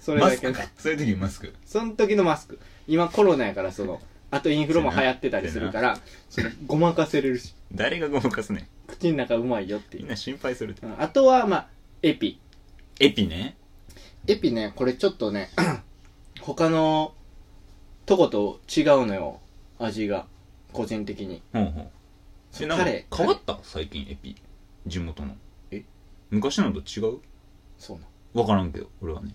Speaker 2: それ
Speaker 1: マ
Speaker 2: だ
Speaker 1: ス
Speaker 2: け
Speaker 1: ク
Speaker 2: ね。
Speaker 1: か。そういう時にマスク。
Speaker 2: その時のマスク。今コロナやから、その、あとインフルも流行ってたりするから、そのごまかせれるし、
Speaker 1: 誰がごまかすねん。
Speaker 2: 口の中うまいよってい
Speaker 1: み。
Speaker 2: うん
Speaker 1: な心配するって。
Speaker 2: うんあとは、まあ、エピ。
Speaker 1: エピね。
Speaker 2: エピね、これちょっとね、 他のとこと違うのよ。味が。個人的に。
Speaker 1: ほうほう。え、なんか
Speaker 2: 彼
Speaker 1: 変わった最近エピ。地元の。
Speaker 2: え
Speaker 1: 昔のと違う
Speaker 2: そうな。
Speaker 1: わからんけど、俺はね。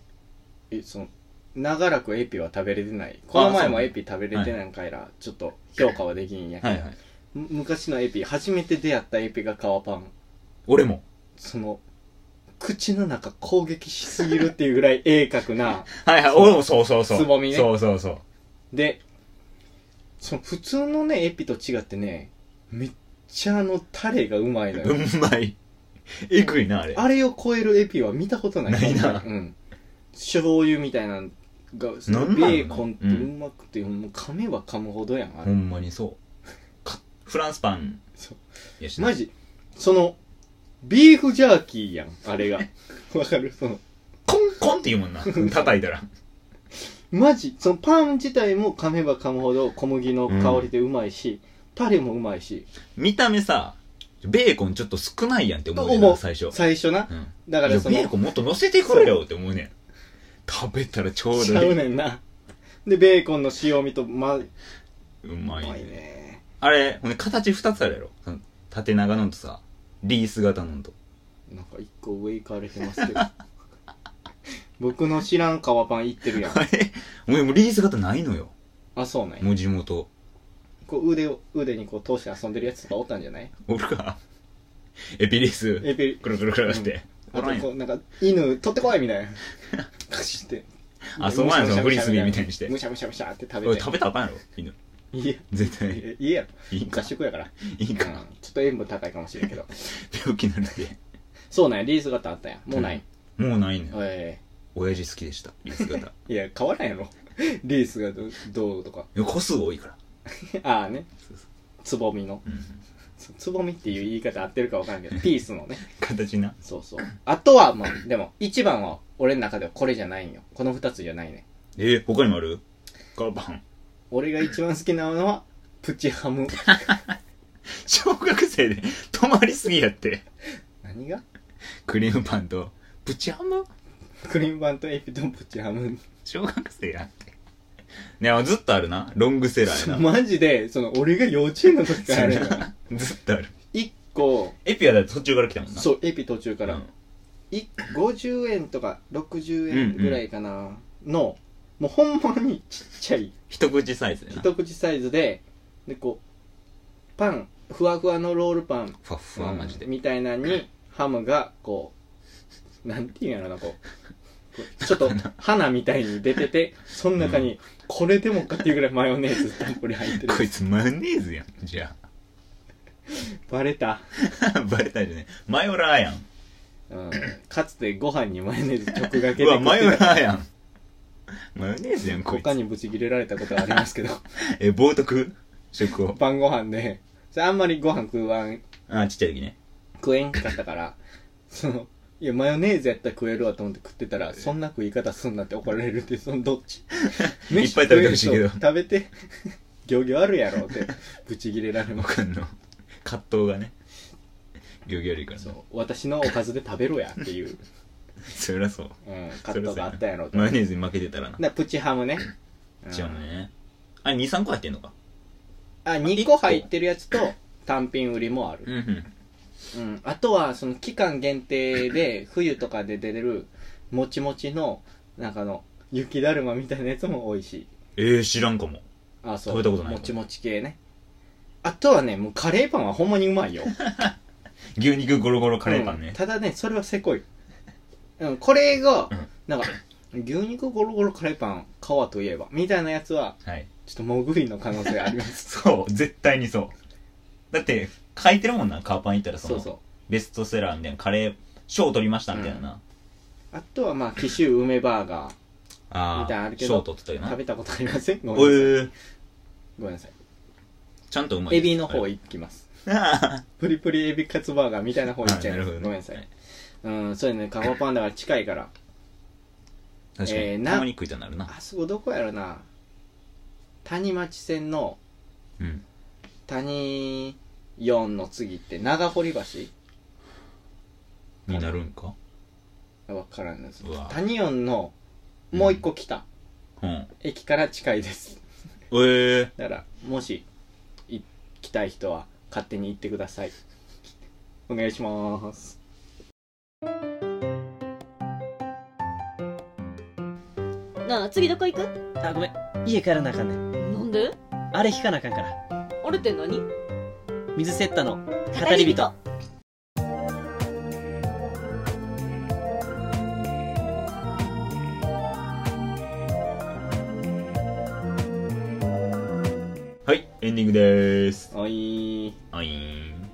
Speaker 2: え、その、長らくエピは食べれてない。この前
Speaker 1: そう
Speaker 2: も
Speaker 1: ね
Speaker 2: エピ食べれてないから、ちょっと評価はできんやけ
Speaker 1: は
Speaker 2: ど、
Speaker 1: いはい。
Speaker 2: む昔のエピ、初めて出会ったエピが皮パン。
Speaker 1: 俺も。
Speaker 2: その、口の中攻撃しすぎるっていうぐら い鋭角な。
Speaker 1: はいはい、俺もそうそうそう。
Speaker 2: つぼみね
Speaker 1: そうそうそう。
Speaker 2: で、その普通のね、エピと違ってね、めっちゃあのタレがうまいのよ。
Speaker 1: うまい。えぐいな、あれ。
Speaker 2: あれを超えるエピは見たことない。
Speaker 1: ないな
Speaker 2: ほんまにうん。醤油みたいなのが、その
Speaker 1: なん
Speaker 2: ベ
Speaker 1: なん
Speaker 2: ーコンってうまくて、もう噛めば噛むほどやん、あ
Speaker 1: ほ
Speaker 2: れ。
Speaker 1: んまにそう。かフランスパン
Speaker 2: そう
Speaker 1: やしな。
Speaker 2: マジ、その、ビーフジャーキーやん、あれが。わかるその、
Speaker 1: コンコンって言うもん な。叩いたら。
Speaker 2: マジ、そのパン自体も噛めば噛むほど小麦の香りでうまいし、タレもうまいし、
Speaker 1: 見た目さ、ベーコンちょっと少ないやんって思うねん
Speaker 2: 思う
Speaker 1: な、最初。
Speaker 2: 最初な。
Speaker 1: うん。
Speaker 2: だからそ
Speaker 1: い
Speaker 2: の、
Speaker 1: やベーコンもっと乗せてくれよって思うねん。食べたらちょう
Speaker 2: ち
Speaker 1: ど
Speaker 2: ゃ
Speaker 1: いうい。
Speaker 2: ねんな。で、ベーコンの塩味と、ま、う
Speaker 1: うま
Speaker 2: ま
Speaker 1: い
Speaker 2: い
Speaker 1: ね。
Speaker 2: ね。
Speaker 1: あれ、ほんで形二つあるやろ。その縦長のんとさ、リース型のんと。
Speaker 2: なんか一個上行かれてますけど 僕の知らん革パン行ってるやん
Speaker 1: あれ、もうもうリース型ないのよ。
Speaker 2: あそうなんや
Speaker 1: もう地元。
Speaker 2: こう腕を腕にこう通して遊んでるやつとかおったんじゃない
Speaker 1: おるか。エピリース。
Speaker 2: エピ
Speaker 1: くるくるくるって。お
Speaker 2: あ
Speaker 1: ら
Speaker 2: と
Speaker 1: んや
Speaker 2: こ
Speaker 1: ん。
Speaker 2: うなんか犬取ってこいみ たいなカシって
Speaker 1: あそうなんやそのフリスビーみたいにして
Speaker 2: むしゃむしゃむしゃって食
Speaker 1: お
Speaker 2: べ
Speaker 1: い
Speaker 2: て
Speaker 1: 食べたらあかんやろ、犬。
Speaker 2: いや
Speaker 1: 絶
Speaker 2: い
Speaker 1: 対。
Speaker 2: や家や
Speaker 1: いい
Speaker 2: ろ
Speaker 1: か
Speaker 2: 合。宿やから
Speaker 1: いいか
Speaker 2: うん。ちょっと塩分高いかもしれんけど
Speaker 1: 病気になるって。
Speaker 2: そうなんやリース型あったやんもうない、
Speaker 1: もうないのよ。
Speaker 2: え
Speaker 1: 親父好きでした、リース型。
Speaker 2: えいや変わらんやろリースがどどうとか
Speaker 1: いや個数多いから。
Speaker 2: ああね
Speaker 1: そうそう
Speaker 2: つぼみの
Speaker 1: うん
Speaker 2: つつぼみっていう言い方合ってるか分からんけ どピースのね
Speaker 1: 形な。
Speaker 2: そうそう。あとは、まあ、でも、一番は、俺の中ではこれじゃないんよ。この二つじゃないね。
Speaker 1: えー、他にもあるガバン。
Speaker 2: 俺が一番好きなのは、プチハム。
Speaker 1: 小学生で止まりすぎやって。
Speaker 2: 何が
Speaker 1: クリームパンと、プチハム
Speaker 2: クリームパンとエピとプチハム。
Speaker 1: 小学生やって。ね、あずっとあるな。ロングセラーやな。
Speaker 2: マジで、その、俺が幼稚園の時からあれ
Speaker 1: そうや
Speaker 2: や
Speaker 1: な ずっとある。
Speaker 2: 一個、
Speaker 1: エピアだって途中から来たもんな。
Speaker 2: そう、エピ途中から
Speaker 1: うん、
Speaker 2: 一50円とか60円ぐらいかな、の、もうほんまにちっちゃい、
Speaker 1: 一口サイズでな。
Speaker 2: 一口サイズで、で、こう、パン、ふわふわのロールパン、
Speaker 1: ふわっふわマジで。
Speaker 2: みたいなのにハムがこうなんていうんやろなこうちょっと花みたいに出てて、その中に、これでもかっていうぐらいマヨネーズたっぷり入って
Speaker 1: こ
Speaker 2: る。
Speaker 1: いつマヨネーズやんじゃ
Speaker 2: バレた。
Speaker 1: あ バレたじゃねマヨラーやん
Speaker 2: うん。 かつてご飯にマヨネーズ直がけで
Speaker 1: うわ
Speaker 2: 食
Speaker 1: マヨ
Speaker 2: って
Speaker 1: ラ
Speaker 2: た。
Speaker 1: ーやんマヨネーズやんこい
Speaker 2: 他
Speaker 1: つ
Speaker 2: にブチ切れられたことはありますけど、
Speaker 1: え冒涜食を
Speaker 2: 晩ご飯で、それあんまりご飯食わん、
Speaker 1: あちっちゃい時ね
Speaker 2: 食えんかったから、その、いや、マヨネーズやったら食えるわと思って食ってたら、そんな食い方すんなって怒られるって、そのどっち
Speaker 1: いっぱい食べてほしいけど
Speaker 2: 飯食えると食べて、行儀あるやろって、ブチ切れられます。
Speaker 1: 僕の葛藤がね漁業よりから
Speaker 2: そ
Speaker 1: そう
Speaker 2: 私のおかずで食べろやっていう、
Speaker 1: そりゃそう
Speaker 2: うん、カットがあったやろ
Speaker 1: そ
Speaker 2: と
Speaker 1: りゃそうマヨネーズに負けてたらな
Speaker 2: なプチハムね
Speaker 1: 違うねあれ23個入ってんのか
Speaker 2: うんあ2個入ってるやつと単品売りもある、
Speaker 1: んうん
Speaker 2: うん、あとはその期間限定 で冬とかで出れるもちもちのなんかあの雪だるまみたいなやつも美味しい
Speaker 1: えー、知らんかも
Speaker 2: あそう
Speaker 1: 食べたことない
Speaker 2: もちもち系ねあとはねもうカレーパンはほんまにうまいよ
Speaker 1: 牛肉ゴロゴロカレーパン
Speaker 2: うん
Speaker 1: ね、
Speaker 2: ただねそれはせこい、うん、これ
Speaker 1: う
Speaker 2: が
Speaker 1: ん
Speaker 2: なんか牛肉ゴロゴロカレーパン皮といえばみたいなやつは
Speaker 1: はい
Speaker 2: ちょっともぐいの可能性あります
Speaker 1: そう絶対にそうだって書いてるもんなカーパン行った らそ
Speaker 2: そ
Speaker 1: の
Speaker 2: うそう
Speaker 1: ベストセラーみたいなカレー賞取りましたみたいなな、
Speaker 2: あとはまあ紀州梅バーガー
Speaker 1: あ
Speaker 2: みたいなのあ
Speaker 1: あ
Speaker 2: るけど
Speaker 1: 賞取ってたよな
Speaker 2: 食べたことありませんご
Speaker 1: お
Speaker 2: めんな
Speaker 1: え
Speaker 2: さい
Speaker 1: ー、
Speaker 2: ごめんなさい
Speaker 1: ちゃんとうまい
Speaker 2: エビの方行きます
Speaker 1: あ
Speaker 2: プリプリエビカツバーガーみたいな方行っちゃ
Speaker 1: あ
Speaker 2: い
Speaker 1: なる
Speaker 2: ます
Speaker 1: ほどね
Speaker 2: ごめんなさいうんそうやねカバパンダが近いから
Speaker 1: 確かに、
Speaker 2: えーな
Speaker 1: たまに食いたなるな
Speaker 2: あそこどこやろな谷町線の
Speaker 1: うん
Speaker 2: 谷4の次って長堀橋
Speaker 1: になるんか
Speaker 2: 分からんです
Speaker 1: うわ
Speaker 2: 谷4のもう一個来た、
Speaker 1: うんえ
Speaker 2: 駅から近いです
Speaker 1: えー、
Speaker 2: だからもしい来たい人は勝手に行ってくださいお願いします
Speaker 3: なあ次どこ行く
Speaker 4: あごめん家帰らなあかんねん
Speaker 3: なんで
Speaker 4: あれ引かなあかんから
Speaker 3: あれって何
Speaker 4: 水セッタの語り人
Speaker 1: はいエンディングでーす
Speaker 2: おい
Speaker 1: あいーん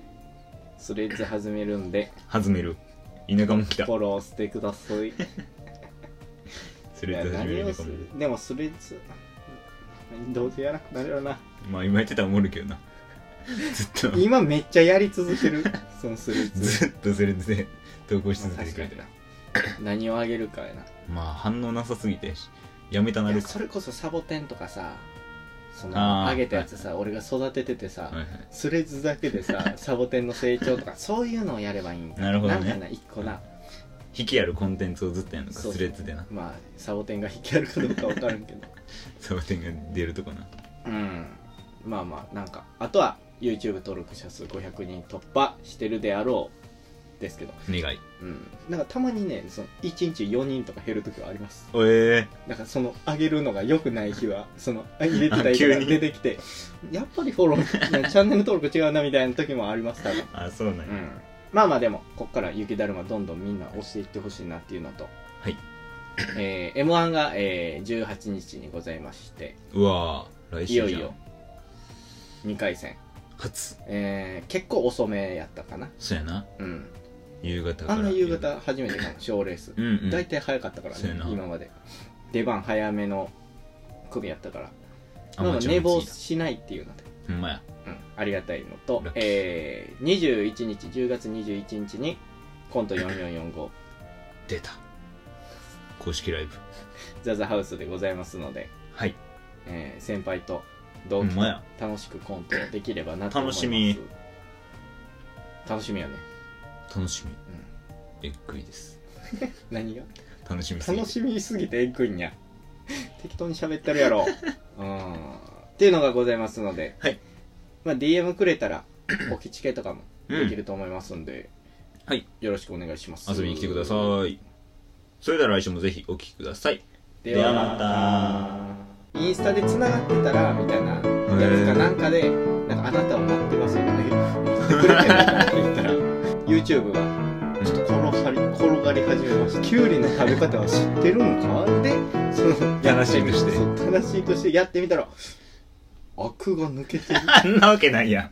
Speaker 2: スレッズ始めるんで
Speaker 1: 弾める田舎も来た
Speaker 2: フォローしてくださいい
Speaker 1: スレ
Speaker 2: や
Speaker 1: ッズ始め
Speaker 2: 何
Speaker 1: る
Speaker 2: を
Speaker 1: 田舎
Speaker 2: す
Speaker 1: も
Speaker 2: るでもスレッズどうせやらなくなるよな
Speaker 1: まあ今言ってたらおもるけど なずっと
Speaker 2: 今めっちゃやり 続けるそのスレッズ
Speaker 1: ずっとスレッズで投稿し続けてくれてる
Speaker 2: まあ確かにな何をあげるかやな
Speaker 1: まあ反応なさすぎてやめたないる
Speaker 2: や
Speaker 1: か
Speaker 2: それこそサボテンとかさそ
Speaker 1: あ
Speaker 2: の
Speaker 1: ー
Speaker 2: あげたやつさ俺が育てててさ、
Speaker 1: はいはい
Speaker 2: スレッズだけ でさサボテンの成長とかそういうのをやればいいんだ
Speaker 1: なるほどね
Speaker 2: なんかな一個な
Speaker 1: 引きあるコンテンツをずっとやるのか
Speaker 2: そうそう
Speaker 1: スレッズでな
Speaker 2: まあサボテンが引きあるかどうか分からんけど
Speaker 1: サボテンが出るとこな
Speaker 2: うんまあまあなんかあとは YouTube 登録者数500人突破してるであろうですけど
Speaker 1: 願い
Speaker 2: うんなんかたまにねその1日4人とか減る時はあります
Speaker 1: おえ
Speaker 2: なんかその上げるのが良くない日はそのあ入れてた人
Speaker 1: あ急
Speaker 2: が
Speaker 1: に
Speaker 2: 出てきてやっぱりフォロ ーチャンネル登録違うなみたいな時もあります多分
Speaker 1: ー、あそうなん
Speaker 2: う
Speaker 1: や、
Speaker 2: んまあまあでもこっから雪だるまどんどんみんな押していってほしいなっていうのと
Speaker 1: はい
Speaker 2: えー、m 1が、えー、18日にございまして
Speaker 1: うわー来週
Speaker 2: い
Speaker 1: じゃ
Speaker 2: よ
Speaker 1: ん
Speaker 2: いよ2回戦、
Speaker 1: 初
Speaker 2: えー、結構遅めやったかな
Speaker 1: そうやな
Speaker 2: うん
Speaker 1: 夕方から
Speaker 2: あんな夕方初めてかも賞レース
Speaker 1: うんうん
Speaker 2: 大体、早かったから
Speaker 1: そうや
Speaker 2: ね
Speaker 1: な
Speaker 2: 今まで出番早めの組やったから
Speaker 1: あ
Speaker 2: なん
Speaker 1: も
Speaker 2: か
Speaker 1: ちろん
Speaker 2: 寝坊
Speaker 1: 次だ
Speaker 2: しないっていうので
Speaker 1: ほんまや
Speaker 2: うん、ありがたいのと
Speaker 1: ラッ、キー
Speaker 2: えー、21日10月21日にコント4445
Speaker 1: 出た公式ライブ
Speaker 2: ザザハウスでございますので、
Speaker 1: はい
Speaker 2: えー先輩と
Speaker 1: ほ
Speaker 2: 同期
Speaker 1: ん
Speaker 2: と
Speaker 1: まや
Speaker 2: 楽しくコントできればなと思います
Speaker 1: 楽しみ
Speaker 2: 楽しみやね、
Speaker 1: 楽しみ
Speaker 2: うん、
Speaker 1: えっくりです
Speaker 2: 何が
Speaker 1: 楽しみすぎて
Speaker 2: 楽しみすぎてえぐいんや 適当に喋ってる やろうんっていうのがございますので、
Speaker 1: はい
Speaker 2: まあ、DM くれ たらおきチケとかも
Speaker 1: う
Speaker 2: でき
Speaker 1: ん
Speaker 2: ると思いますんで、
Speaker 1: はい
Speaker 2: よろしくお願いします
Speaker 1: 遊びに来てくださいそれでは来週もぜひお聞きください
Speaker 2: で
Speaker 1: で
Speaker 2: は
Speaker 1: はま
Speaker 2: たインスタでつながってたらみたいなやつかなんかで 「なんかあなたを待ってます」とか言ってくれてるって言ったら YouTube が
Speaker 1: うん
Speaker 2: ちょっと転がり転がり始めましたきゅうりの食べ方は知ってるのかでその
Speaker 1: 正しいとして
Speaker 2: そう正しいとしてやってみたらアクが抜けてる
Speaker 1: あんなわけないやん